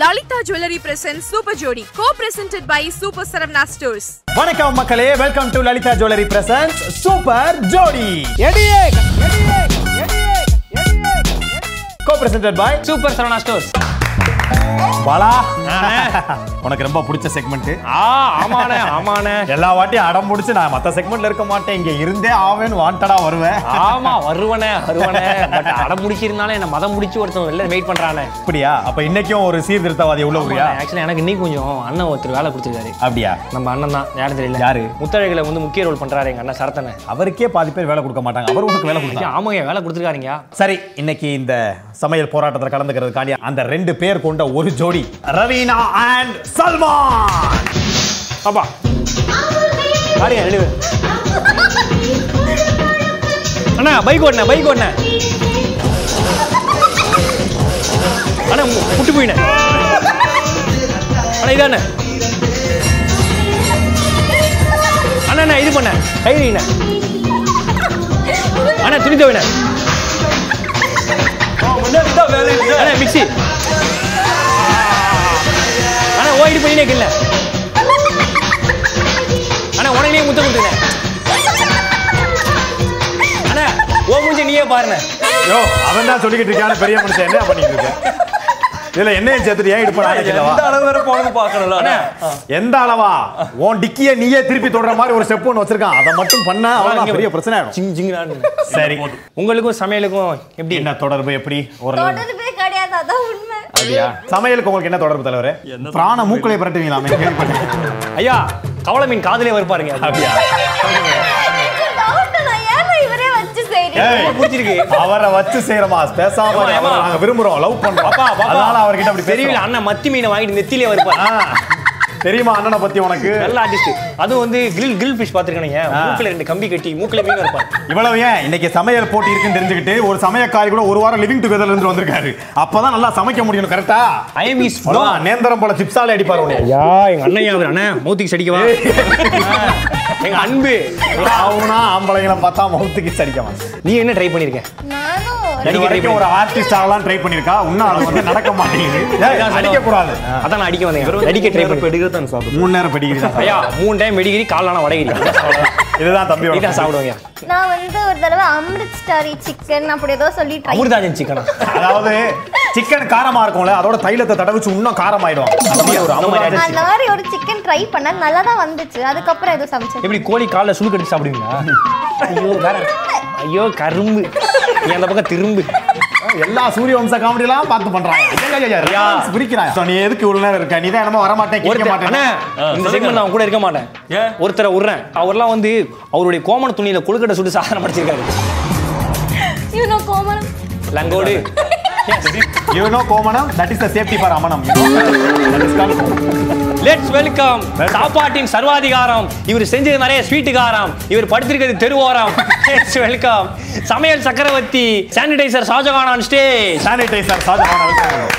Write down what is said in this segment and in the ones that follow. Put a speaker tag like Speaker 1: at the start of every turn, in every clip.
Speaker 1: Lalitha jewellery present super Jodi co presented by super Saravana stores
Speaker 2: வணக்கம் மக்களே welcome to Lalitha jewellery presents super Jodi
Speaker 3: எடியே
Speaker 2: co presented by
Speaker 3: super Saravana stores
Speaker 2: Bala உனக்கு ரொம்ப பிடிச்ச செக்மெண்ட்
Speaker 3: ஆ ஆமாண்ணே ஆமாண்ணே
Speaker 2: எல்லா வாட்டியும் அடம் முடிச்சு நான் மத்த செக்மெண்ட்ல இருக்க மாட்டேன் இங்க இருந்தே ஆவேன்னு வாண்டடா வருவேன்
Speaker 3: ஆமா வருவனே வருவனே பட் அடம் முடிச்சிருந்தாலும் என்ன மதம் முடிச்சு ஒருத்தன் வெளில வெயிட் பண்றானே
Speaker 2: அப்படியா அப்ப இன்னைக்கும் ஒரு சீர்திருத்தவாதி உள்ள ஊரியா
Speaker 3: ஆக்சுவலி எனக்கு இன்னைக்கு கொஞ்சம் அண்ணன் ஒருத்தர் வேலை கொடுத்துருக்காரு
Speaker 2: அப்படியா
Speaker 3: நம்ம அண்ணன் தான் யாரும் தெரியல
Speaker 2: யாரு?
Speaker 3: முத்தழகில வந்து முக்கிய ரோல் பண்றாரு எங்க அண்ணன் சரத்தனை
Speaker 2: அவருக்கே பாதி பேர் வேலை கொடுக்க மாட்டாங்க அவர் உனக்கு வேலை கொடுத்தாங்க
Speaker 3: ஆமாங்க வேலை கொடுத்துருக்காருங்க
Speaker 2: சரி இன்னைக்கு இந்த சமையல் போராட்டத்தில் கலந்துக்கிறதுக்காண்டி அந்த ரெண்டு பேர் கொண்ட ஒரு ஜோடி ரவீனா அண்ட் சல்மான்
Speaker 3: அப்பா பாருங்க ரெண்டு பேரும். அண்ணா பைக் ஓடனே பைக் ஓடனே அண்ணா மு- முட்டு போயினேன் அண்ணா இதானே அண்ணா அண்ணா இது பண்ண கை வைங்க. அண்ணா துணி தவின அண்ணா மிக்சி அண்ணா ஓயிட்டு பண்ணினே கில்ல அண்ணா உடனே முத்த கொடுத்துனேன் அண்ணா ஓ மூஞ்சி நீயே பாருண்ணே
Speaker 2: யோ அவன் தான் சொல்லிக்கிட்டு இருக்கான பெரிய மனுஷன் என்ன பண்ணிட்டு இருக்கேன் இதுல என்னையும் சேர்த்துட்டு ஏன் இடுப்பு நான் கேட்கவா
Speaker 3: அளவு வரை போனது பார்க்கணும்ல அண்ணா
Speaker 2: எந்த அளவா உன் டிக்கிய நீயே திருப்பி தொடர மாதிரி ஒரு ஸ்டெப் ஒன்று வச்சிருக்கான் அதை மட்டும் பண்ண அவ்வளவுதான் பெரிய பிரச்சனை ஆயிடும்
Speaker 3: ஜிங் ஜிங்கிறான்னு
Speaker 2: சரி
Speaker 3: உங்களுக்கும் சமையலுக்கும் எப்படி
Speaker 2: என்ன தொடர்பு எப்படி ஓரளவு
Speaker 4: தொடர்பே கிடையாது அதான் உண்மை
Speaker 2: அப்படியா சமையலுக்கு உங்களுக்கு என்ன தொடர்பு தலைவரே பிராண மூக்களை புரட்டுவீங்களாமே கேள்விப்பட்டேன்
Speaker 3: ஐயா கவள மீன் காதலே வருப்பாருங்க
Speaker 2: அப்படியா
Speaker 4: எனக்கு doubt தான், ஏம்மா இவரே வச்சு செய்றீங்க?
Speaker 2: ஏய்,
Speaker 3: பிடிச்சிருக்கு
Speaker 2: அவரை வச்சு செய்யறமா பேசாம
Speaker 3: ஏம்மா,
Speaker 2: அவரை
Speaker 3: ஏம்மா.
Speaker 2: நாங்க விரும்புறோம் லவ் பண்றோம்
Speaker 3: பாப்பா பாப்பா
Speaker 2: அதனால அவர்கிட்ட அப்படி
Speaker 3: தெரியல
Speaker 2: தெரியல
Speaker 3: அண்ணன் மத்தி மீனை வாங்கிட்டு நெத்திலே வருப்பாரு
Speaker 2: தெரியுமா அண்ணனை பத்தி உனக்கு
Speaker 3: நல்ல ஆர்டிஸ்ட் அதுவும் வந்து கிரில் கிரில் ஃபிஷ் பாத்துருக்கானுங்க மூக்குல ரெண்டு கம்பி கட்டி மூக்குல மீன் இருப்பாரு
Speaker 2: இவ்வளவு ஏன் இன்னைக்கு சமையல் போட்டி இருக்குன்னு தெரிஞ்சுக்கிட்டு ஒரு சமயக்காரி கூட ஒரு வாரம் லிவிங் டுகெதர்ல இருந்து வந்திருக்காரு அப்பதான் நல்லா சமைக்க முடியும் கரெக்டா
Speaker 3: ஐ எம் இஸ்
Speaker 2: அவ்வளவுதான் நேந்திரம் போல சிப்ஸால அடிப்பாரு உன்னை.
Speaker 3: ஐயா எங்க அண்ணன் அவர் அண்ணன் மௌத்திக்கு சடிக்கவா எங்க அன்பு
Speaker 2: அவனா ஆம்பளைங்களை பார்த்தா மௌத்துக்கு சரிக்கமா
Speaker 3: நீ என்ன ட்ரை பண்ணிருக்க
Speaker 4: நானும் ஒரு-
Speaker 3: நடிக்க try
Speaker 2: வரைக்கும் ஒரு ஆர்டிஸ்ட் ஆகலாம் ட்ரை பண்ணிருக்கா இன்னும் அது வந்து நடக்க மாட்டேங்குது ஏய், அடிக்க கூடாது
Speaker 3: அதான் நான் அடிக்க வந்தேன் நடிக்க ட்ரை பண்ணி
Speaker 2: மூணு நேரம் படிக்கிறீங்க
Speaker 3: ஐயா மூணு டைம் வெடிகிரி காலான வடகிரி
Speaker 2: இதுதான் தம்பி
Speaker 3: நீட்டா சாப்பிடுவாங்க
Speaker 4: நான் வந்து ஒரு தடவை அமிர்த் ஸ்டாரி சிக்கன் அப்படி ஏதோ சொல்லி try
Speaker 3: அமிர்தாஜன் சிக்கனா
Speaker 2: அதாவது சிக்கன் காரமா இருக்கும்ல அதோட தைலத்தை தடவிச்சு இன்னும் காரமாயிடும் அந்த மாதிரி ஒரு
Speaker 3: அந்த மாதிரி
Speaker 2: அமுதாஜன்
Speaker 4: அந்த மாதிரி ஒரு சிக்கன் ட்ரை பண்ண நல்லா தான் வந்துச்சு அதுக்கப்புறம் எதுவும் சமைச்சது
Speaker 3: எப்படி கோழி காலில் சுழு கட்டி சாப்பிடுவீங்களா ஐயோ வேற ஐயோ கரும்பு நீ அந்த பக்கம் திரும்பு
Speaker 2: எல்லா சூரிய வம்ச காமெடியெல்லாம் பார்த்து பண்றாங்க ஐயா, ஐயா, ஐயா, romance பிரிக்கிறான். So, நீ எதுக்கு இவ்வளவு நேரம் இருக்க நீ தான் என்னமோ வர மாட்டேன் கேட்க
Speaker 3: ஒருத்தர்
Speaker 2: மாட்டேன்
Speaker 3: அண்ணா, இந்த செக்மெண்ட் நான் கூட இருக்க மாட்டேன் ஒருத்தரை விடுறேன் அவர்லாம் வந்து அவருடைய கோமண துணியில கொழுக்கட்டை சுட்டு சாதனை படிச்சிருக்காரு
Speaker 4: இவனும் கோமரம்
Speaker 3: லங்கோடு
Speaker 2: you know கோமணம் that is the safety for அமணம் you know? That is called கோமணம்.
Speaker 3: லெட்ஸ் வெல்கம் சாப்பாட்டின் சர்வாதிகாரம் இவர் செஞ்சது நிறைய ஸ்வீட்டுக்காரம் இவர் படுத்திருக்கிறது தெருவோரம் லெட்ஸ் வெல்கம் சமையல் சக்கரவர்த்தி sanitiser Shahjahan on stage
Speaker 2: Sanitizer, சாதாரண விஷயம்.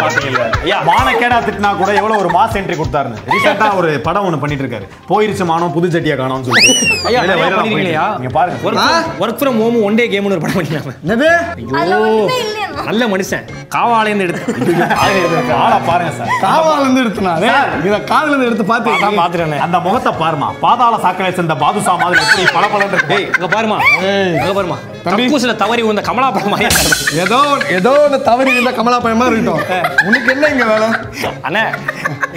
Speaker 2: பாத்தீங்களா?
Speaker 3: ஐயா.
Speaker 2: மானக்கேடா திட்டினா கூட எவ்வளவு ஒரு மாஸ் என்ட்ரி கொடுத்தாருன்னு ரீசெண்டா ஒரு படம் ஒண்ணு பண்ணிட்டு இருக்காரு போயிருச்சு மானம் புது ஜட்டியா காணோம்னு சொல்லிட்டு
Speaker 3: ஐயா
Speaker 2: வெளியில viral ஆ போயிட்டு இருக்கு. இங்க பாருங்க
Speaker 3: work from home one day கேம்னு ஒரு படம் பண்ணிக்கலாம்
Speaker 4: அதுல
Speaker 3: ஐயோ,
Speaker 4: ஒண்ணுமே இல்லையா?
Speaker 3: நல்ல மனுஷன் காவாலேந்து எடுத்து
Speaker 2: ஆளா பாருங்க சார்
Speaker 5: காவால இருந்து எடுத்தனா
Speaker 2: சார்.
Speaker 5: இத காதுல இருந்து எடுத்து பாத்து
Speaker 3: பாத்துறானே
Speaker 2: அந்த முகத்தை பாருமா பாதாள சாக்கடை சேர்ந்த பாதுஷா மாதிரி எப்படி பளபளன்னு இருக்கு
Speaker 3: டேய் இங்க பாருமா இங்க பாருமா
Speaker 5: தம்பி.
Speaker 3: கக்கூசில தவறி விழுந்த கமலா படம் மாதிரி இருக்காரு.
Speaker 5: ஏதோ ஒண்ணு- ஏதோ ஒண்ணு தவறி இருந்தா கமலா பையமா இருக்கட்டும் உனக்கு என்ன இங்க வேலை
Speaker 3: அண்ணே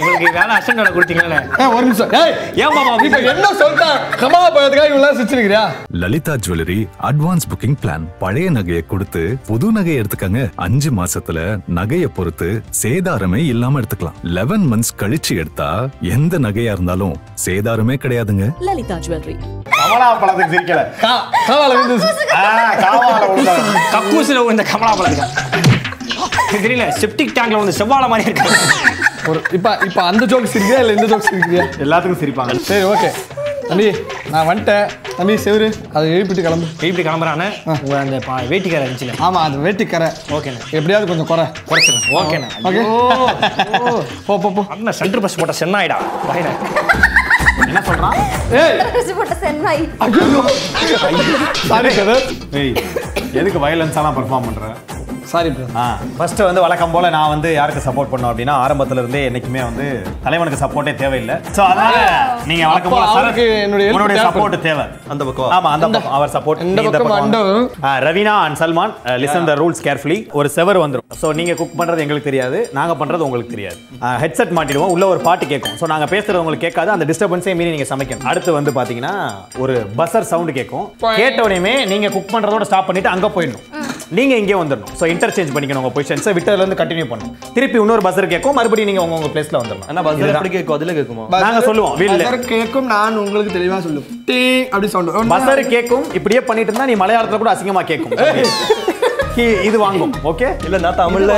Speaker 3: உங்களுக்கு வேலை அசங்கடை கொடுத்தீங்களே
Speaker 5: ஏய், ஒரு நிமிஷம் ஏய்
Speaker 3: ஏன் பாப்பா
Speaker 5: இப்ப
Speaker 3: வீட்டுக்கு
Speaker 5: என்ன சொல்லிட்டா கமலா பையத்துக்காக இவ்வளவு சிரிச்சிருக்கியா
Speaker 6: Lalitha jewellery advance booking plan பழைய நகையை கொடுத்து புது நகையை எடுத்துக்கங்க அஞ்சு மாசத்துல நகையை பொறுத்து சேதாரமே இல்லாம எடுத்துக்கலாம் 11 மந்த்ஸ் கழிச்சு எடுத்தா எந்த நகையா இருந்தாலும் சேதாரமே கிடையாதுங்க
Speaker 7: Lalita Jewelry.
Speaker 2: கமலா பழத்துக்கு சிரிக்கல
Speaker 5: கா- காவால இருந்து
Speaker 2: ஆ, காவால விழுந்தாரு.
Speaker 3: கக்கூசில விழுந்த கமலா படம் இருக்காரு. எனக்கு தெரியல செப்டிக் டேங்க்ல வந்து செவ்வாழை மாதிரி இருக்காரு
Speaker 5: ஒரு இப்ப இப்ப அந்த ஜோக் சிரிக்கிறியா இல்ல இந்த ஜோக் சிரிக்கிறியா
Speaker 2: எல்லாத்துக்கும் சிரிப்பாங்க
Speaker 5: சரி ஓகே தம்பி நான் வந்துட்டேன் தம்பி செவரு அதை எழுப்பிட்டு கிளம்பு
Speaker 3: இப்படி கிளம்புறானே உங்க அந்த பா- வேட்டிக்கார இருந்துச்சுல
Speaker 5: ஆமா அது வேட்டி கரை
Speaker 3: ஓகேண்ணே
Speaker 5: எப்படியாவது கொஞ்சம் குறை
Speaker 3: குறைச்சிடலாம் ஓகேண்ணே
Speaker 5: ஓகே போ போ போ
Speaker 3: அண்ணா சென்டர் பஸ் போட்ட சென்னாயிடா பாயிடா
Speaker 2: என்ன சொல்றான்
Speaker 5: ஏய்
Speaker 4: அடிச்சு போட்ட சென்னாய்
Speaker 5: சாரி பிரதர்
Speaker 2: ஏய் எதுக்கு வயலன்ஸாலாம் பெர்ஃபார்ம் பண்ற
Speaker 5: சாரி பிரதர்
Speaker 2: ஆ ஃபர்ஸ்ட் வந்து வழக்கம் போல நான் வந்து யாருக்கு சப்போர்ட் பண்ணோம் அப்படின்னா ஆரம்பத்துல இருந்தே என்னைக்குமே வந்து தலைவனுக்கு சப்போர்ட்டே தேவையில்லை சோ அதனால நீங்க வழக்கம் போல
Speaker 5: அப்ப
Speaker 2: சரக்கு
Speaker 5: அவருக்கு என்னுடைய help
Speaker 2: என்னுடைய
Speaker 5: தேவைப்படுது.
Speaker 2: சப்போர்ட் தேவை
Speaker 7: அந்த பக்கம்
Speaker 2: ஆமா அந்த பக்கம் அவர் சப்போர்ட்
Speaker 5: இந்த பக்கம் அண்டவும்.
Speaker 2: Raveena and Salman listen the rules carefully ஒரு செவர் வந்துரும் ஸோ நீங்க குக் பண்றது எங்களுக்கு தெரியாது நாங்க பண்றது உங்களுக்கு தெரியாது ஹெட்செட் மாட்டிடுவோம் உள்ள ஒரு பாட்டு கேட்கும் ஸோ நாங்க பேசுறது உங்களுக்கு கேட்காது அந்த டிஸ்டர்பன்ஸே மீறி நீங்க சமைக்கணும் அடுத்து வந்து பாத்தீங்கன்னா ஒரு பஸ்ஸர் சவுண்ட் கேட்கும் கேட்ட உடனே நீங்க குக் பண்றதோட ஸ்டாப் பண்ணிட்டு அங்க போயிடணும் நீங்க இங்கே வந்துடணும் ஸோ இன்டர்சேஞ்ச் பண்ணிக்கணும் உங்க பொசிஷன்ஸை விட்டதுல இருந்து கண்டினியூ பண்ணணும் திருப்பி இன்னொரு பஸ்ஸர் கேட்கும் மறுபடியும் நீங்க உங்க உங்க பிளேஸ்ல வந்துடணும்
Speaker 7: ஆனா பஸ்ல எப்படி கேட்கும் அதுல கேட்குமா
Speaker 2: நாங்க சொல்லுவோம், வீல்ல.
Speaker 5: பசர் கேக்கும் நான் உங்களுக்கு தெளிவா சொல்லுவேன் டீ அப்படி சவுண்ட்
Speaker 2: பசர் கேட்கும் இப்படியே பண்ணிட்டு இருந்தா நீ மலையாளத்துல கூட அசிங்கமா கேட்கும் இது வாங்கும் ஓகே
Speaker 7: இல்ல நான் தமிழ்ல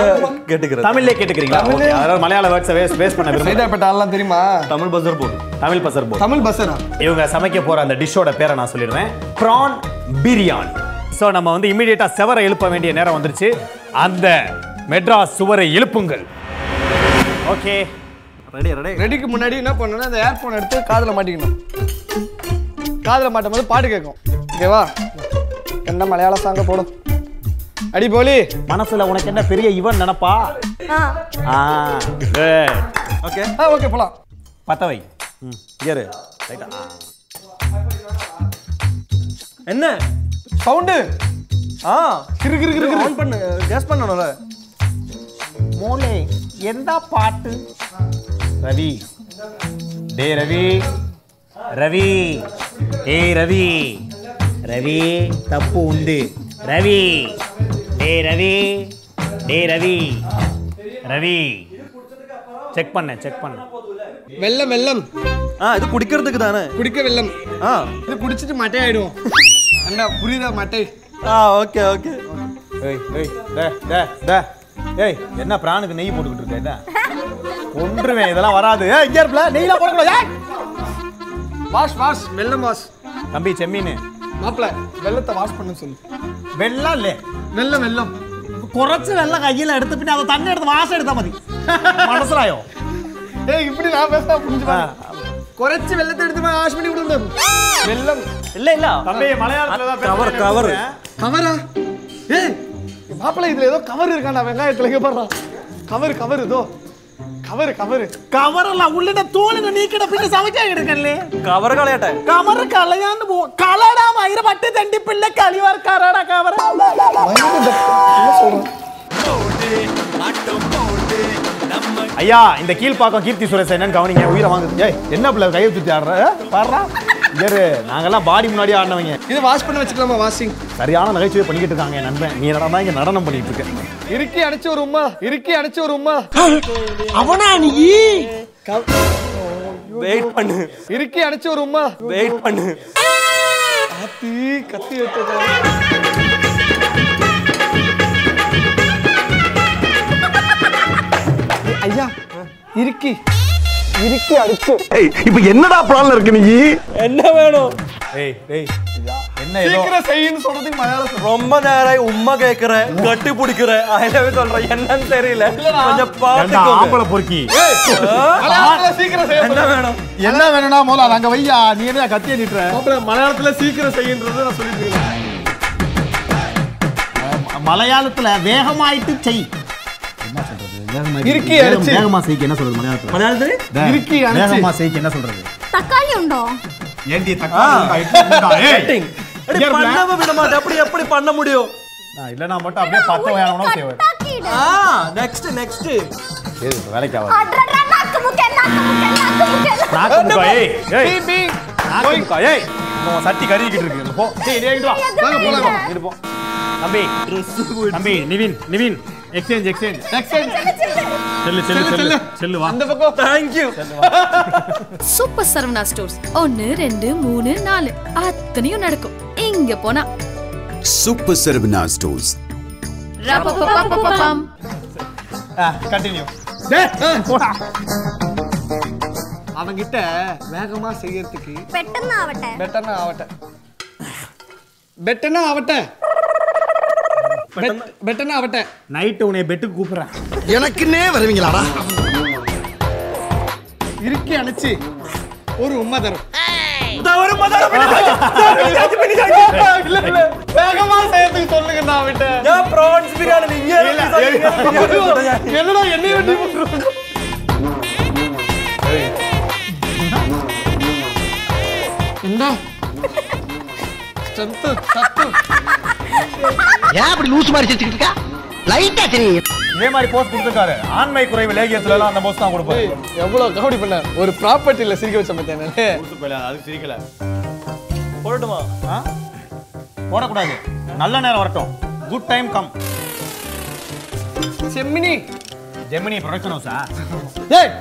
Speaker 7: கேட்டுக்கிறேன்
Speaker 2: தமிழ்ல கேட்டுக்கிறீங்களா ஓகே அதாவது மலையாள வேர்ட்ஸை வேஸ்ட் வேஸ்ட் பண்ண விரும்பல
Speaker 5: சைதாப்பேட்டை ஆளெல்லாம் தெரியுமா
Speaker 7: தமிழ் பஸ்ஸர் போதும்
Speaker 2: தமிழ் பசர் போ
Speaker 5: தமிழ் பஸ்ஸரா
Speaker 2: இவங்க சமைக்க போற அந்த டிஷ்ஷோட பேரை நான் சொல்லிடுறேன் ப்ரான் பிரியாணி ஸோ நம்ம வந்து இமீடியட்டா செவரை எழுப்ப வேண்டிய நேரம் வந்துருச்சு அந்த மெட்ராஸ் சுவரை எழுப்புங்கள் ஓகே
Speaker 7: ரெடி ரெடி
Speaker 5: ரெடிக்கு முன்னாடி என்ன பண்ணணும்னா அந்த ஏர்ஃபோன் எடுத்து காதில் மாட்டிக்கணும் காதில் மாட்டும் போது பாட்டு கேட்கும் ஓகேவா என்ன மலையாள சாங்க போடும் அடி போலி
Speaker 2: மனசுல உனக்கு என்ன பெரிய இவன் நினப்பா ஆ good.
Speaker 5: ஓகே ஆ ஓகே போலாம்
Speaker 2: பத்த வை ம் ஏறு ரைட்டா
Speaker 7: என்ன
Speaker 5: சவுண்டு
Speaker 7: ஆ
Speaker 5: கிரு கிரு கிரு
Speaker 7: ஆன் பண்ணு கேஸ் பண்ணணும்ல
Speaker 2: மோலே எந்த பாட்டு ரவி டே ரவி ரவி ஏ ரவி ரவி தப்பு உண்டு ரவி டே ரவி டே ரவி ரவி செக் பண்ணேன் செக் பண்ணேன்
Speaker 5: வெள்ளம் வெள்ளம்
Speaker 7: ஆ இது குடிக்கிறதுக்கு தானே
Speaker 5: குடிக்க வெள்ளம்
Speaker 7: ஆ
Speaker 5: இது குடிச்சிட்டு மட்டை ஆயிடும் அண்ணா புரியுதா மட்டை
Speaker 7: ஆ ஓகே ஓகே
Speaker 2: ஏய் ஏய் டே டே டே ஏய் என்ன பிராணுக்கு நெய் போட்டுக்கிட்டு இருக்க என்ன ஒன்றுமே இதெல்லாம் வராது ஏய் இங்கே இருப்பில நெய்லாம் போடக்கூடாது ஏய்.
Speaker 5: வாஷ் வாஷ் வெள்ளம் வாஷ்
Speaker 2: தம்பி செம்மீன்
Speaker 5: மாப்பிள வெள்ளத்தை வாஷ் பண்ண சொல்லு
Speaker 2: வெள்ளம் இல்லை
Speaker 5: வெள்ளம் வெள்ளம்
Speaker 2: കുറച്ച് വെള്ളം കയ്യിൽ എടുത്ത് പിന്നെ അത് തന്നെ എടുത്ത് വാസം എടുത്താൽ മതി മനസ്സിലായോ
Speaker 5: ஏய் இப்படி நான் பேச புரிஞ்சு பாரு. குறைச்சு வெள்ளத்தை எடுத்து வாஷ் பண்ணி விடுங்க வெள்ளம்
Speaker 7: இல்ல இல்ல கவர் கவர்
Speaker 5: கவரா ஏய் மாப்பிள்ளை இதுல ஏதோ கவர் இருக்காண்டா வெங்காயத்துல எங்க பாடுறான் கவர் கவர் இதோ கவர் கவர்
Speaker 2: കവറല്ല ഉള്ളിന്റെ തോളിന് നീക്കിട പിന്നെ സമയ്ക്കാൻ എടുക്കല്ലേ
Speaker 7: கவர் കളയട്ടെ
Speaker 2: കമർ കളയാണ്ട് പോ കളടാ മയിര പട്ടി തണ്ടിപ്പിള്ള കളിവർക്കാരടാ കവർ ஐயா இந்த கீழ்ப்பாக்கம் கீர்த்தி சுரேஷ் என்னன்னு கவனிங்க உயிரை வாங்குது ஏய் என்ன பிள்ளை கையை தூத்தி ஆடுற பாடுறா ஏறு நாங்கெல்லாம் பாடி முன்னாடி ஆடினவங்க
Speaker 5: இது வாஷ் பண்ண வச்சுக்கலாமா வாஷிங்
Speaker 2: சரியான நகைச்சுவை பண்ணிக்கிட்டு இருக்காங்க என் நண்பன் நீ என்னடா இங்க நடனம் பண்ணிட்டு இருக்க
Speaker 5: இறுக்கி அடிச்ச ஒரு உம்மா இறுக்கி அடிச்ச ஒரு உம்மா
Speaker 7: வெயிட் பண்ணு
Speaker 5: இறுக்கி அடிச்ச ஒரு உம்மா
Speaker 7: வெயிட் பண்ணு
Speaker 5: ஆத்தி கத்தி வச்சதா ஐயா இறுக்கி இறுக்கி அடிச்சு
Speaker 7: என்ன வேணும்
Speaker 2: ஏய் ஏய் என்ன ஏதோ
Speaker 5: சீக்கிரம் செய்யுன்னு சொல்றதுக்கு மலையாள சொல்றோம்
Speaker 7: ரொம்ப நேரம் உம்மா கேக்குற கட்டி பிடிக்கிற அதுலவே சொல்றேன் என்னன்னு தெரியல கொஞ்சம்
Speaker 2: ஏண்டா,
Speaker 7: பாத்துக்கோங்க
Speaker 2: ஆம்பளை பொறுக்கி
Speaker 5: மலையாளத்துல சீக்கிரம் செய்ய
Speaker 7: என்ன வேணும்
Speaker 2: என்ன வேணும்னா முதல்ல அது அங்க வையா நீ என்ன கத்தி நிட்டுற
Speaker 5: மாப்பிள, மலையாளத்துல சீக்கிரம் செய்யுன்றது நான் சொல்லிட்டு இருக்கேன்
Speaker 2: மலையாளத்துல வேகமாயிட்டு செய் என்ன சொல்றது வேகமாயிட்டு-
Speaker 5: இறுக்கி
Speaker 2: வேகம்-
Speaker 5: அடிச்சு.
Speaker 2: வேகமா செய்க்கு என்ன சொல்றது மலையாளத்துல
Speaker 7: மலையாளத்துல
Speaker 2: டேய்,
Speaker 5: இறுக்கி அடிச்சு.
Speaker 2: வேகமா செய்க்கு என்ன சொல்றது
Speaker 4: தக்காளி உண்டோ
Speaker 2: ஏண்டி தக்காளி உண்டா, இட்லி உண்டா, ஏய்.
Speaker 7: அடி,
Speaker 2: இயல்புல?
Speaker 7: பண்ணவே விட மாட்டேன் எப்படி எப்படி பண்ண முடியும்
Speaker 2: நான் இல்லைன்னா மட்டும் அப்படியே பத்து வகையான உணவு செய்வேன்
Speaker 4: கட்டாக்கிடு
Speaker 7: ஆ நெக்ஸ்ட் நெக்ஸ்ட்
Speaker 2: ஏய், வேலைக்கு ஆகாது
Speaker 4: அடடா நாக்கு முக்கே நாக்கு முக்கே நாக்கு முக்கே
Speaker 2: நாக்கு முக்கா, ஏய், ஏய்,
Speaker 5: பீ, பீ.
Speaker 2: நாக்கு முக்கா, ஏய். உன் சட்டி கருகிக்கிட்டு இருக்கு போ டேய், டேய், இங்கிட்டு வா.
Speaker 5: வாங்க போலாம்
Speaker 2: இங்கிட்டு போ தம்பி தம்பி நிவின் நிவின் எக்ஸ்சேஞ்ச் எக்ஸ்சேஞ்ச் செல்லு செல்லு செல்லு செல்லு வா
Speaker 5: அந்த பக்கம்
Speaker 7: thank you
Speaker 8: super Saravana stores ஒன்னு ரெண்டு மூணு நாலு அத்தனையும் நடக்கும் இங்க போனா
Speaker 9: Super Sarvana Stores.
Speaker 8: ரப்பப்பப்பப்பப்பம்.
Speaker 2: கண்டினியூ
Speaker 5: அவங்கிட்ட வேகமா செய்யறதுக்கு
Speaker 4: പെട്ടെന്ന് ആവട്ടെ
Speaker 5: பெட்டர்னா ஆவட்ட பெட்டனா அவட்ட பெட்டனா அவட்ட
Speaker 2: நைட்டு உன்னை பெட்டுக்கு கூப்பிட்றேன்
Speaker 10: எனக்குன்னே வருவீங்களாடா
Speaker 5: இறுக்கி அணைச்சு ஒரு உண்மை தரும் வேகமா செய்யறதுக்கு சொல்லுங்க நான் அவட்ட என்னடா என்னை வெட்டி போட்டுருவாங்க. என்ன சத்து சத்து
Speaker 10: ஏன் அப்படி லூசு மாதிரி சிரிச்சுக்கிட்டு இருக்கா லைட்டா தெரியும்
Speaker 2: இதே மாதிரி போஸ்ட் கொடுத்துருக்காரு ஆண்மை குறைவு லேகியத்துல எல்லாம் அந்த போஸ்ட் தான் கொடுப்பாரு
Speaker 5: ஏய், எவ்வளவு காமெடி பண்ண ஒரு ப்ராப்பர்ட்டில சிரிக்க வச்ச மத்தியானே
Speaker 2: அது சிரிக்கல போடட்டுமா போடக்கூடாது நல்ல நேரம் வரட்டும் குட் டைம் கம்
Speaker 5: செம்மினி
Speaker 2: ஜெமினி ப்ரொடக்ஷன் ஹவுஸா
Speaker 5: ஏய்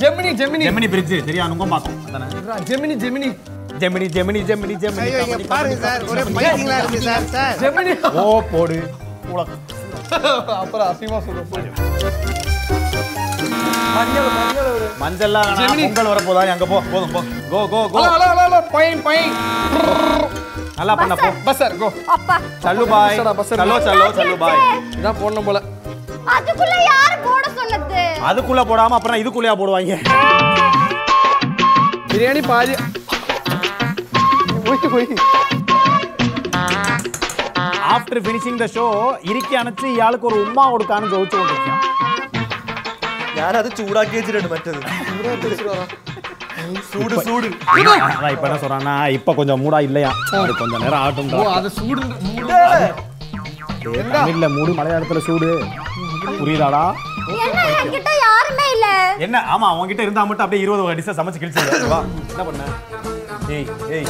Speaker 5: ஜெமினி ஜெமினி
Speaker 2: ஜெமினி பிரிட்ஜ் தெரியாது உங்க பார்க்கும் அதானே
Speaker 5: Gemini Gemini
Speaker 2: Gemini Gemini Gemini Gemini
Speaker 10: பாருங்க சார் ஒரே பைக்கிங்களா இருக்கு சார் சார்
Speaker 5: ஜெமினி
Speaker 2: ஓ போடு
Speaker 5: அப்புறம் அசிமா சொல்லுவோம்
Speaker 2: மஞ்சள்லாம் வேணாம்.
Speaker 5: ஜெமினி.
Speaker 2: பொங்கல் வர போதா அங்க போ போதும் போ go go go
Speaker 5: hello hello hello பையன் பையன்
Speaker 2: நல்லா பண்ண போ
Speaker 5: பஸ் சார் கோ
Speaker 4: அப்பா
Speaker 2: சல்லு பாய்
Speaker 5: பஸ்ஸடா, பஸ்ஸடா.
Speaker 2: சல்லோ சல்லோ சல்லு பாய்
Speaker 5: இதான் போடணும் போல
Speaker 4: அதுக்குள்ள யார் போட சொன்னது
Speaker 2: அதுக்குள்ள போடாம அப்புறம் இதுக்குள்ளயா போடுவாங்க
Speaker 5: பிரியாணி பாதி போய் போய்
Speaker 2: ஆஃப்டர் ஃபினிஷிங் த ஷோ இறுக்கி அணைச்சு இயாளுக்கு ஒரு உமா கொடுக்கான்னு ஜோதிச்சு கொண்டிருக்கேன்
Speaker 7: ഞാനത് ചൂടാക്കിയിട്ടുണ്ട് മറ്റത് ചൂട് ചൂട്
Speaker 2: அதான் இப்ப என்ன சொல்றான்னா இப்ப கொஞ்சம் மூடா இல்லையா அது கொஞ்ச நேரம்
Speaker 5: ஓ
Speaker 2: ஆகட்டும்
Speaker 5: அது சூடு மூடு.
Speaker 2: தமிழ்ல மூடு மலையாளத்துல சூடு புரியுதாடா
Speaker 4: என்ன என்கிட்ட யாருமே இல்ல
Speaker 2: என்ன ஆமா உன்கிட்ட இருந்தா மட்டும் அப்படியே இருபது வகை டிஷ்ஷை சமைச்சு கிழிச்சு வா என்ன பண்ண ஏய் ஏய்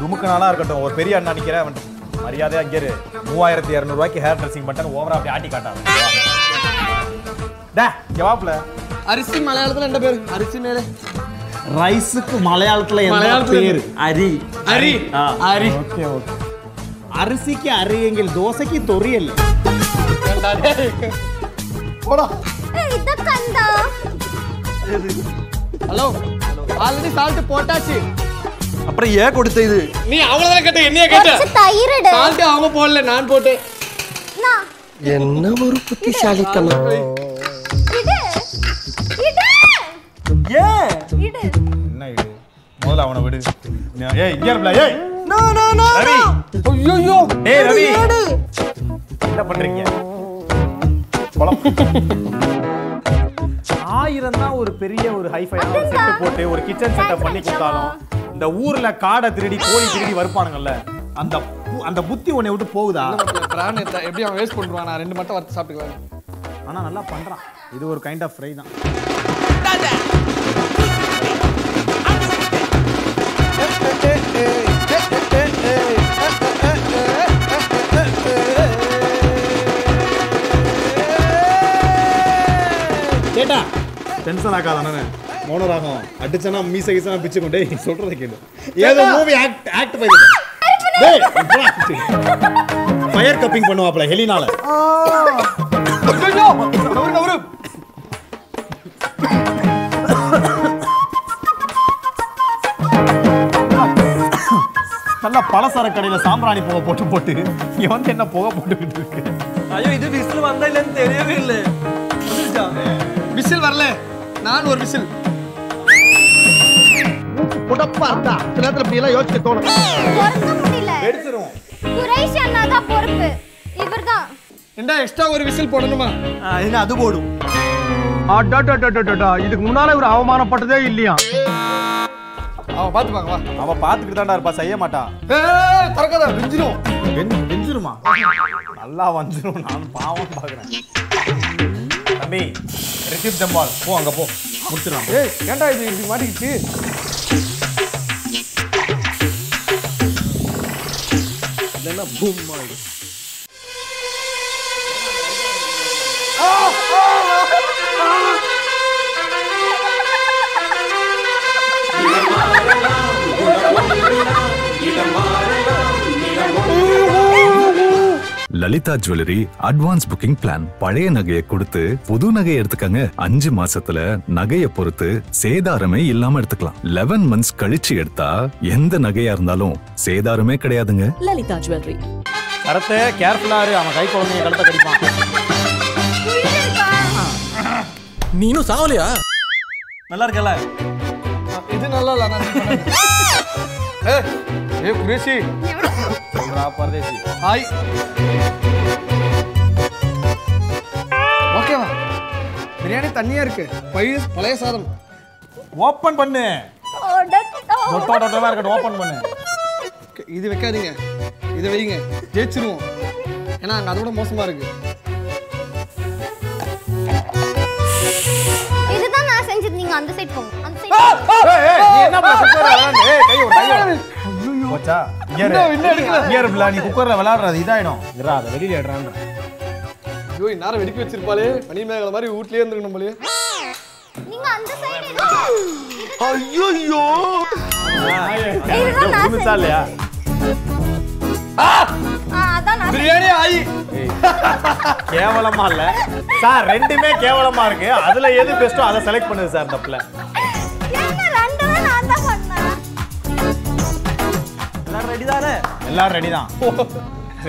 Speaker 2: துமுக்கனாலாம் இருக்கட்டும் ஒரு பெரிய அண்ணா நிக்கிறேன் அவன் மரியாதையா இங்க இரு மூவாயிரத்தி இரநூறுவாய்க்கு ஹேர் ட்ரெஸ்ஸிங் பட்டன் ஓவரா அப்படியே ஆட்டி காட்டாங்க டே ஜவாப்ல
Speaker 5: அரிசி மலையாளத்துல என்ன பேரு அரிசி மேலே
Speaker 2: ரைஸுக்கு மலையாளத்துல
Speaker 5: என்ன மலையாளத்துல பேரு?
Speaker 2: அரி
Speaker 5: அரி அரி
Speaker 2: ஓகே ஓகே அரிசிக்கு அரியெங்கில் தோசைக்கு தொரியல்
Speaker 5: ஏண்டா டேய்? போடா
Speaker 4: இத கந்தா
Speaker 5: ஹலோ ஆல்ரெடி சால்ட் போட்டாச்சு
Speaker 7: അപ്പുറം ഏ കൊടുത്ത ഇത്
Speaker 5: நீ அவ்வளவுதான் கேட்ட என்னைய கேட்ட
Speaker 4: கொஞ்சம் தயிரிடு
Speaker 5: சால்ட் அவங்க போடல நான் போட்டேன்
Speaker 4: நான்
Speaker 10: என்ன ஒரு புத்திசாலித்தனம்
Speaker 4: இடு இடு
Speaker 7: ഏ
Speaker 4: இடு
Speaker 2: என்ன இது முதல்ல அவனை விடு நான்- ஏய் இங்க இருப்பல ஏய்
Speaker 7: നോ നോ നോ
Speaker 2: ரவி
Speaker 5: ஐயோ
Speaker 2: ஏய் ரவி என்ன பண்றீங்க ஆயிரம் தான் ஒரு பெரிய ஒரு ஹைஃபை செட் போட்டு ஒரு கிச்சன் செட்டப் பண்ணி கொடுத்தாலும் இந்த ஊர்ல காடை திருடி கோழி திருடி வறுப்பானுங்கல்ல அந்த பு- அந்த புத்தி உன்னை விட்டு போகுதா
Speaker 5: பிரான் எப்படி அவன் வேஸ்ட் பண்ணுவான் நான் ரெண்டு மட்டும் வறுத்து சாப்பிட்டுக்கலாம்
Speaker 2: ஆனா நல்லா பண்றான் இது ஒரு கைண்ட் ஆஃப் ஃப்ரை தான் கேட்டா டென்ஷன் ஆகாத அண்ணனே மோனராகம் அடிச்சனா மீச கீசனா பிச்சு கொண்டே சொல்றத கேளு ஏதோ மூவி ஆக்ட் ஆக்ட் பண்ணி டேய் ஃபயர் கப்பிங் பண்ணுவாப்ல ஹெலினால நல்லா பலசர கடையில சாம்பிராணி புகை போட்டு போட்டு இங்க வந்து என்ன புகை போட்டுக்கிட்டு இருக்கு
Speaker 7: അയ്യോ ഇത് വിസിൽ വന്നില്ലെന്ന് തെളിയവില്ലേ
Speaker 5: விசில் வரல நான் ஒரு விசில்
Speaker 10: குடப்பா இருந்தா சில நேரத்துல இப்படி எல்லாம் யோசிக்க தோணும்
Speaker 4: பொறுக்க முடியல
Speaker 2: எடுத்துருவோம்
Speaker 4: குறைஷ் அண்ணா தான் பொறுப்பு இவர்தான்
Speaker 5: என்ன எக்ஸ்ட்ரா ஒரு விசில் போடணுமா
Speaker 7: അതിന് അത് പോടും
Speaker 5: இதுக்கு முன்னால ஒரு அவமானப்பட்டதே இல்லையா அவன் பாத்துப்பாங்க வா
Speaker 2: அவ பாத்துக்கிட்டு தான்டா இருப்பா செய்ய மாட்டா
Speaker 5: ஏய், திறக்காத வெஞ்சிரும்
Speaker 2: வெஞ்- வெஞ்சிருமா நல்லா வந்துரும் நானும் பாவம் பாக்குறேன் தம்பி ரிஷிப் தம்பால் போ அங்க போ முடிச்சிடலாம்
Speaker 5: ஏய் ஏன்டா இது இப்படி மாட்டிக்கிச்சு
Speaker 6: Lalitha jewellery advance booking plan பழைய நகையை கொடுத்து புது நகையை எடுத்துக்கங்க அஞ்சு மாசத்துல நகையை பொறுத்து சேதாரமே இல்லாம எடுத்துக்கலாம் லெவன் மந்த்ஸ் கழிச்சு எடுத்தா எந்த நகையா இருந்தாலும் சேதாரமே கிடையாதுங்க
Speaker 11: லலிதா ஜுவல்லரி
Speaker 2: கரத்தை கேர்ஃபுல்லா இரு அவன் கை குழந்தைய கழுத்தை கடிப்பான்
Speaker 7: நீ இன்னும் சாவலையா நல்லா இருக்கல
Speaker 5: இது நல்லா இல்ல நான் இது பண்ணேன். ஏய், ஏய் குரேஷி
Speaker 2: பரதேசி
Speaker 5: ஹாய் ஓகேவா பிரியாணி தண்ணியா இருக்கு பழைய பழைய சாதம்
Speaker 2: ஓப்பன் பண்ணு டொட்டோ டொட்டோவா இருக்கட்டும் ஓப்பன் பண்ணு
Speaker 5: Okay, இது வைக்காதீங்க இதை வைங்க ஜெயிச்சிருவோம் ஏன்னா அங்க அதோட மோசமா இருக்கு
Speaker 4: இதுதான் நான் செஞ்சது நீங்க அந்த சைடு போங்க அந்த
Speaker 2: ஏய், ஏய், நீ என்ன பண்ண குக்கர் விளையாடு ஏய் கை விடு கை விடு போச்சா கியர்
Speaker 5: இன்னும், இன்னும் எடுக்கல.
Speaker 2: கியர் விழா நீ குக்கர்ல விளையாடுறது இதாயிடும் இருடா அதை வெளியில ஏடுறான்ற
Speaker 5: ஐயோ இந்நேரம் வெடிக்க வச்சிருப்பாளே பனி மேகல மாதிரி வீட்லயே இருந்துக்கணும் போலயே
Speaker 4: நீங்க அந்த சைடு ஐயோ இதுதான் நான்
Speaker 2: புதுசா இல்லையா
Speaker 4: அதான் நான்
Speaker 5: பிரியாணி ஆயி
Speaker 2: கேவலமா இல்ல சார் ரெண்டுமே கேவலமா இருக்கு அதுல எது பெஸ்டோ அதை செலக்ட் பண்ணுது சார் தப்புல
Speaker 4: என்ன ரெண்டுமே நான் தான் பண்ணேன்
Speaker 7: எல்லாரும் ரெடி தானே
Speaker 2: எல்லாரும் ரெடி தான்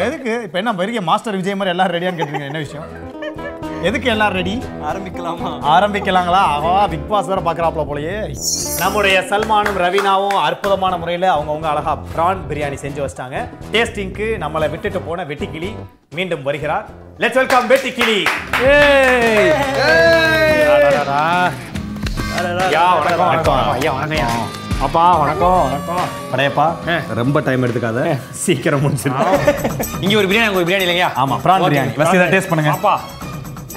Speaker 2: எதுக்கு இப்ப என்ன பெரிய மாஸ்டர் விஜய் மாதிரி எல்லாரும் ரெடியான்னு கேட்டுருங்க என்ன விஷயம் எதுக்கு எல்லாரும் ரெடி
Speaker 7: ஆரம்பிக்கலாமா
Speaker 2: ஆரம்பிக்கலாங்களா ஆஹா பிக் பாஸ் வேற பாக்குறாப்ல போலயே நம்முடைய சல்மானும் ரவீனாவும் அற்புதமான முறையில் அவங்கவுங்க அழகா பிரான் பிரியாணி செஞ்சு வச்சிட்டாங்க டேஸ்டிங்க்கு நம்மளை விட்டுட்டு போன வெட்டிக்கிளி மீண்டும் வருகிறார் லெட்ஸ் வெல்கம் வெட்டிக்கிளி ஏய். அடடடா. ஐயா, வணக்கம், வணக்கம். அப்பா வணக்கம் வணக்கம் படையப்பா ரொம்ப டைம் எடுத்துக்காத சீக்கிரம் முடிச்சிடும்
Speaker 3: இங்க ஒரு பிரியாணி அங்க ஒரு பிரியாணி இல்லையா
Speaker 2: ஆமா பிரான் பிரியாணி ஃபர்ஸ்ட் இதை டேஸ்ட் பண்ணுங்க
Speaker 3: அப்பா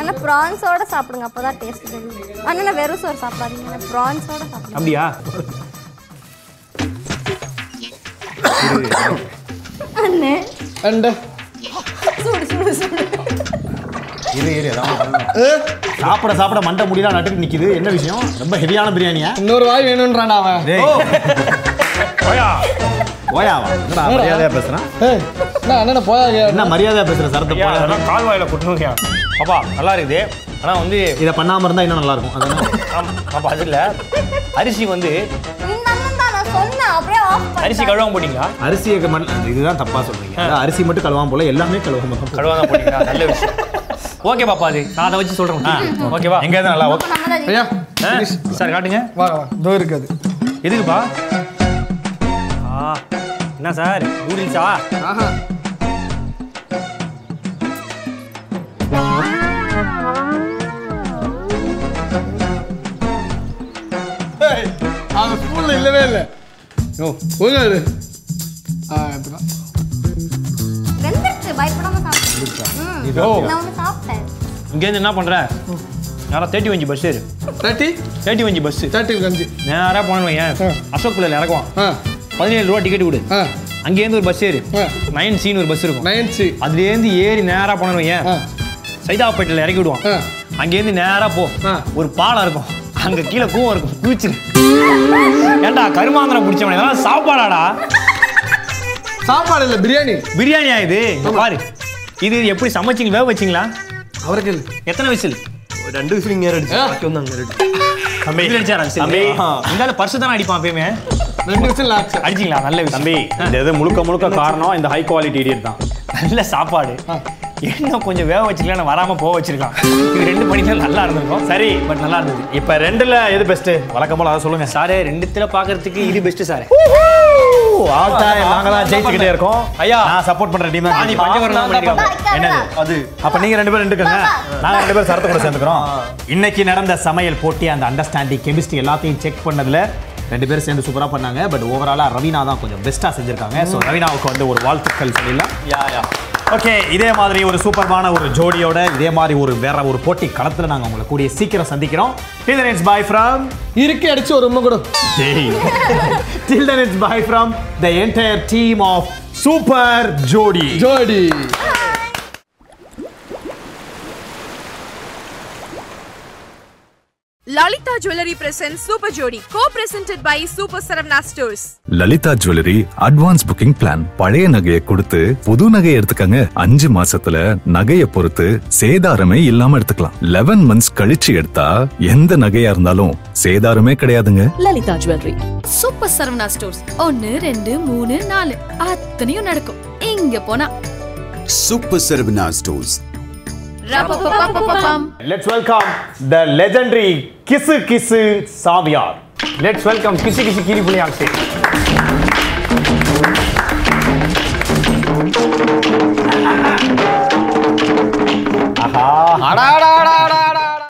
Speaker 4: ஆனா ப்ரான்ஸோட சாப்பிடுங்க அப்பதான் டேஸ்ட் தெரியும் ஆனா வெறும் சோறு சாப்பிடாதீங்க ப்ரான்ஸோட சாப்பிடுங்க
Speaker 3: அப்படியா
Speaker 4: அண்ணே
Speaker 5: அண்ட்
Speaker 4: சூடு சூடு சூடு
Speaker 2: இரு இரு ஏதாவது பண்ணணும். சாப்பிட சாப்பிட மண்டை முடியலாம் நட்டுக்கு நிக்குது என்ன விஷயம் ரொம்ப ஹெவியான பிரியாணியா
Speaker 5: இன்னொரு வாய் வேணும்ன்றான் அவன்
Speaker 2: டேய். ஓயாவா என்னடா மரியாதையா பேசுறான்
Speaker 5: ஏய், என்ன அண்ணனை போயா
Speaker 2: என்ன மரியாதையா பேசுற சரத்து
Speaker 3: ஐயா அதெல்லாம் கால்வாயில கொட்டணுங்க அப்பா நல்லா இருக்குது ஆனா வந்து
Speaker 2: இதை பண்ணாம இருந்தா இன்னும் நல்லா இருக்கும் அதானே?
Speaker 3: ஆமா, அப்பா அது இல்ல அரிசி வந்து
Speaker 4: இந்த அண்ணன் தான் நான் சொன்னேன் அப்படியே ஆஃப்
Speaker 3: அரிசி கழுவாம போட்டீங்களா
Speaker 2: அரிசியை மண்- இதுதான் தப்பா சொல்றீங்க அதான் அரிசி மட்டும் கழுவாம போல எல்லாமே கழுவாம தான் போல.
Speaker 3: கழுவா தான் போட்டீங்களா நல்ல விஷயம் ஓகே பாப்பா அது நான் அதை வச்சு சொல்றேன் ஓகேவா
Speaker 2: எங்க இருந்தா நல்லா ஓகே
Speaker 4: நம்ம தான்
Speaker 5: ஐயா
Speaker 3: சார் காட்டுங்க
Speaker 5: வா வா இதோ இருக்காது
Speaker 3: எதுக்குப்பா ஆ என்ன சார் நூடுல்ஸா
Speaker 5: ஆஹா ஏய், அவன் ஸ்கூல்ல இல்லவே இல்லை ஓ போகாது ஆ இப்படிதான்
Speaker 4: வெந்துருச்சு பயப்படாம சாப்பிடுங்க நான் ஒன்று சாப்பிட்டேன்
Speaker 3: இங்கேருந்து என்ன பண்ற நேரம் தேர்ட்டி வஞ்சி பஸ் ஏறு
Speaker 5: தேர்ட்டி
Speaker 3: தேர்ட்டி வஞ்சி பஸ்
Speaker 5: தேர்ட்டி கஞ்சி
Speaker 3: நேராக போனோம் ஏன்
Speaker 5: ஆ.
Speaker 3: அசோக் பிள்ளை இறக்குவான்
Speaker 5: ஆ
Speaker 3: பதினேழு ரூபா டிக்கெட் கொடு
Speaker 5: ஆ
Speaker 3: அங்கேருந்து ஒரு பஸ் ஏறு
Speaker 5: ஆ.
Speaker 3: நைன் சின்னு ஒரு பஸ் இருக்கும்
Speaker 5: நைன் சி
Speaker 3: அதுலேருந்து ஏறி நேராக போனோம் ஏன்
Speaker 5: ஆ
Speaker 3: சைதாப்பேட்டில் இறக்கி விடுவான்
Speaker 5: ஆ.
Speaker 3: அங்கேருந்து நேராக போ
Speaker 5: ஆ.
Speaker 3: ஒரு பாலம் இருக்கும் அங்கே கீழே கூவம் இருக்கும் குதிச்சிரு ஏன்டா கருமாந்திரம் பிடிச்சவன இதெல்லாம் சாப்பாடாடா
Speaker 5: சாப்பாடு இல்லை பிரியாணி
Speaker 3: பிரியாணி ஆயுது பாரு இது எப்படி சமைச்சிங்க வேக வச்சிங்களா
Speaker 5: அவருக்கு இல்லை
Speaker 3: எத்தனை விசில்
Speaker 7: രണ്ട് ദിവസം ഇങ്ങനെ അടിച്ചു ബാക്കി ഒന്നും അങ്ങനെ അടിച്ചു
Speaker 2: தம்பி
Speaker 3: விசில் அடிச்சாரா விசில்
Speaker 2: தம்பி.
Speaker 3: இருந்தாலும் பர்சு தானே அடிப்பான் எப்பயுமே
Speaker 5: ரெண்டு வருஷம் லாச்சு
Speaker 3: அடிச்சிங்களா நல்ல விஷயம்
Speaker 2: தம்பி இந்த இது முழுக்க முழுக்க காரணம் இந்த ஹை குவாலிட்டி இடியட் தான்
Speaker 3: நல்ல சாப்பாடு என்ன கொஞ்சம் வேக வச்சிருக்கலாம் வராம போக வச்சிருக்கான் இது ரெண்டு மணிக்கு நல்லா இருந்திருக்கும் சரி பட் நல்லா இருந்தது
Speaker 2: இப்ப ரெண்டுல எது பெஸ்ட் வழக்கம் போல அதை சொல்லுங்க
Speaker 3: சாரே ரெண்டுத்துல பாக்குறதுக்கு இது பெஸ்ட் சாரே
Speaker 2: ஆல் டைம் நாங்க தான் ஜெயிச்சுக்கிட்டே இருக்கோம் ஐயா
Speaker 3: ஐயா.
Speaker 2: நான் சப்போர்ட் பண்ற டீம்
Speaker 3: ஆதி பஞ்சவரணம் பண்ணிருக்காங்க.
Speaker 2: என்னது அது அப்ப நீங்க ரெண்டு பேரும் நின்னுக்கங்க நாங்க ரெண்டு பேரும் சரத்து கூட சேர்ந்துக்கிறோம் இன்னைக்கு நடந்த சமையல் போட்டி அந்த அண்டர்ஸ்டாண்டிங் கெமிஸ்ட்ரி எல்லாத்தையும் செக் பண்ணதுல ரெண்டு பேரும் சேர்ந்து சூப்பரா பண்ணாங்க பட் ஓவராலா ரவீனா தான் கொஞ்சம் பெஸ்டா செஞ்சிருக்காங்க ஸோ ரவீனாவுக்கு வந்து ஒரு வாழ்த்துக்கள் சொல்லிடலாம் ஓகே இதே மாதிரி ஒரு சூப்பரான ஒரு ஜோடியோட இதே மாதிரி ஒரு வேற ஒரு போட்டி களத்துல நாங்க உங்களை கூடிய சீக்கிரம் சந்திக்கிறோம் டில் இட்ஸ் பாய் ஃப்ரம்
Speaker 5: இறுக்கி அடிச்சு ஒரு உண்மை கூட
Speaker 2: டில் then it's bye from the entire team of super ஜோடி
Speaker 5: Jodi
Speaker 1: Lalita Jewelry presents Super Jodi, co-presented by Super Saravana Stores.
Speaker 6: Lalitha jewellery advance booking plan பழைய நகையை கொடுத்து புது நகையை எடுத்துக்கங்க அஞ்சு மாசத்துல நகையை பொறுத்து சேதாரமே இல்லாம எடுத்துக்கலாம் லெவன் மந்த்ஸ் கழிச்சு எடுத்தா எந்த நகையா இருந்தாலும் சேதாரமே கிடையாதுங்க
Speaker 8: Lalitha jewellery super Saravana stores ஒன்னு ரெண்டு மூணு நாலு அத்தனையும் நடக்கும் இங்க போனா
Speaker 9: Super Sarvana Stores.
Speaker 8: ரப்பப்பப்பப்பப்பம்.
Speaker 2: லெட்ஸ் வெல்கம் த லெஜெண்டரி கிசு கிசு சாவியார்
Speaker 3: லெட்ஸ் வெல்கம் கிசி கிசி கிரி புலி ஆக்சி
Speaker 2: ஆஹா
Speaker 5: அடாடா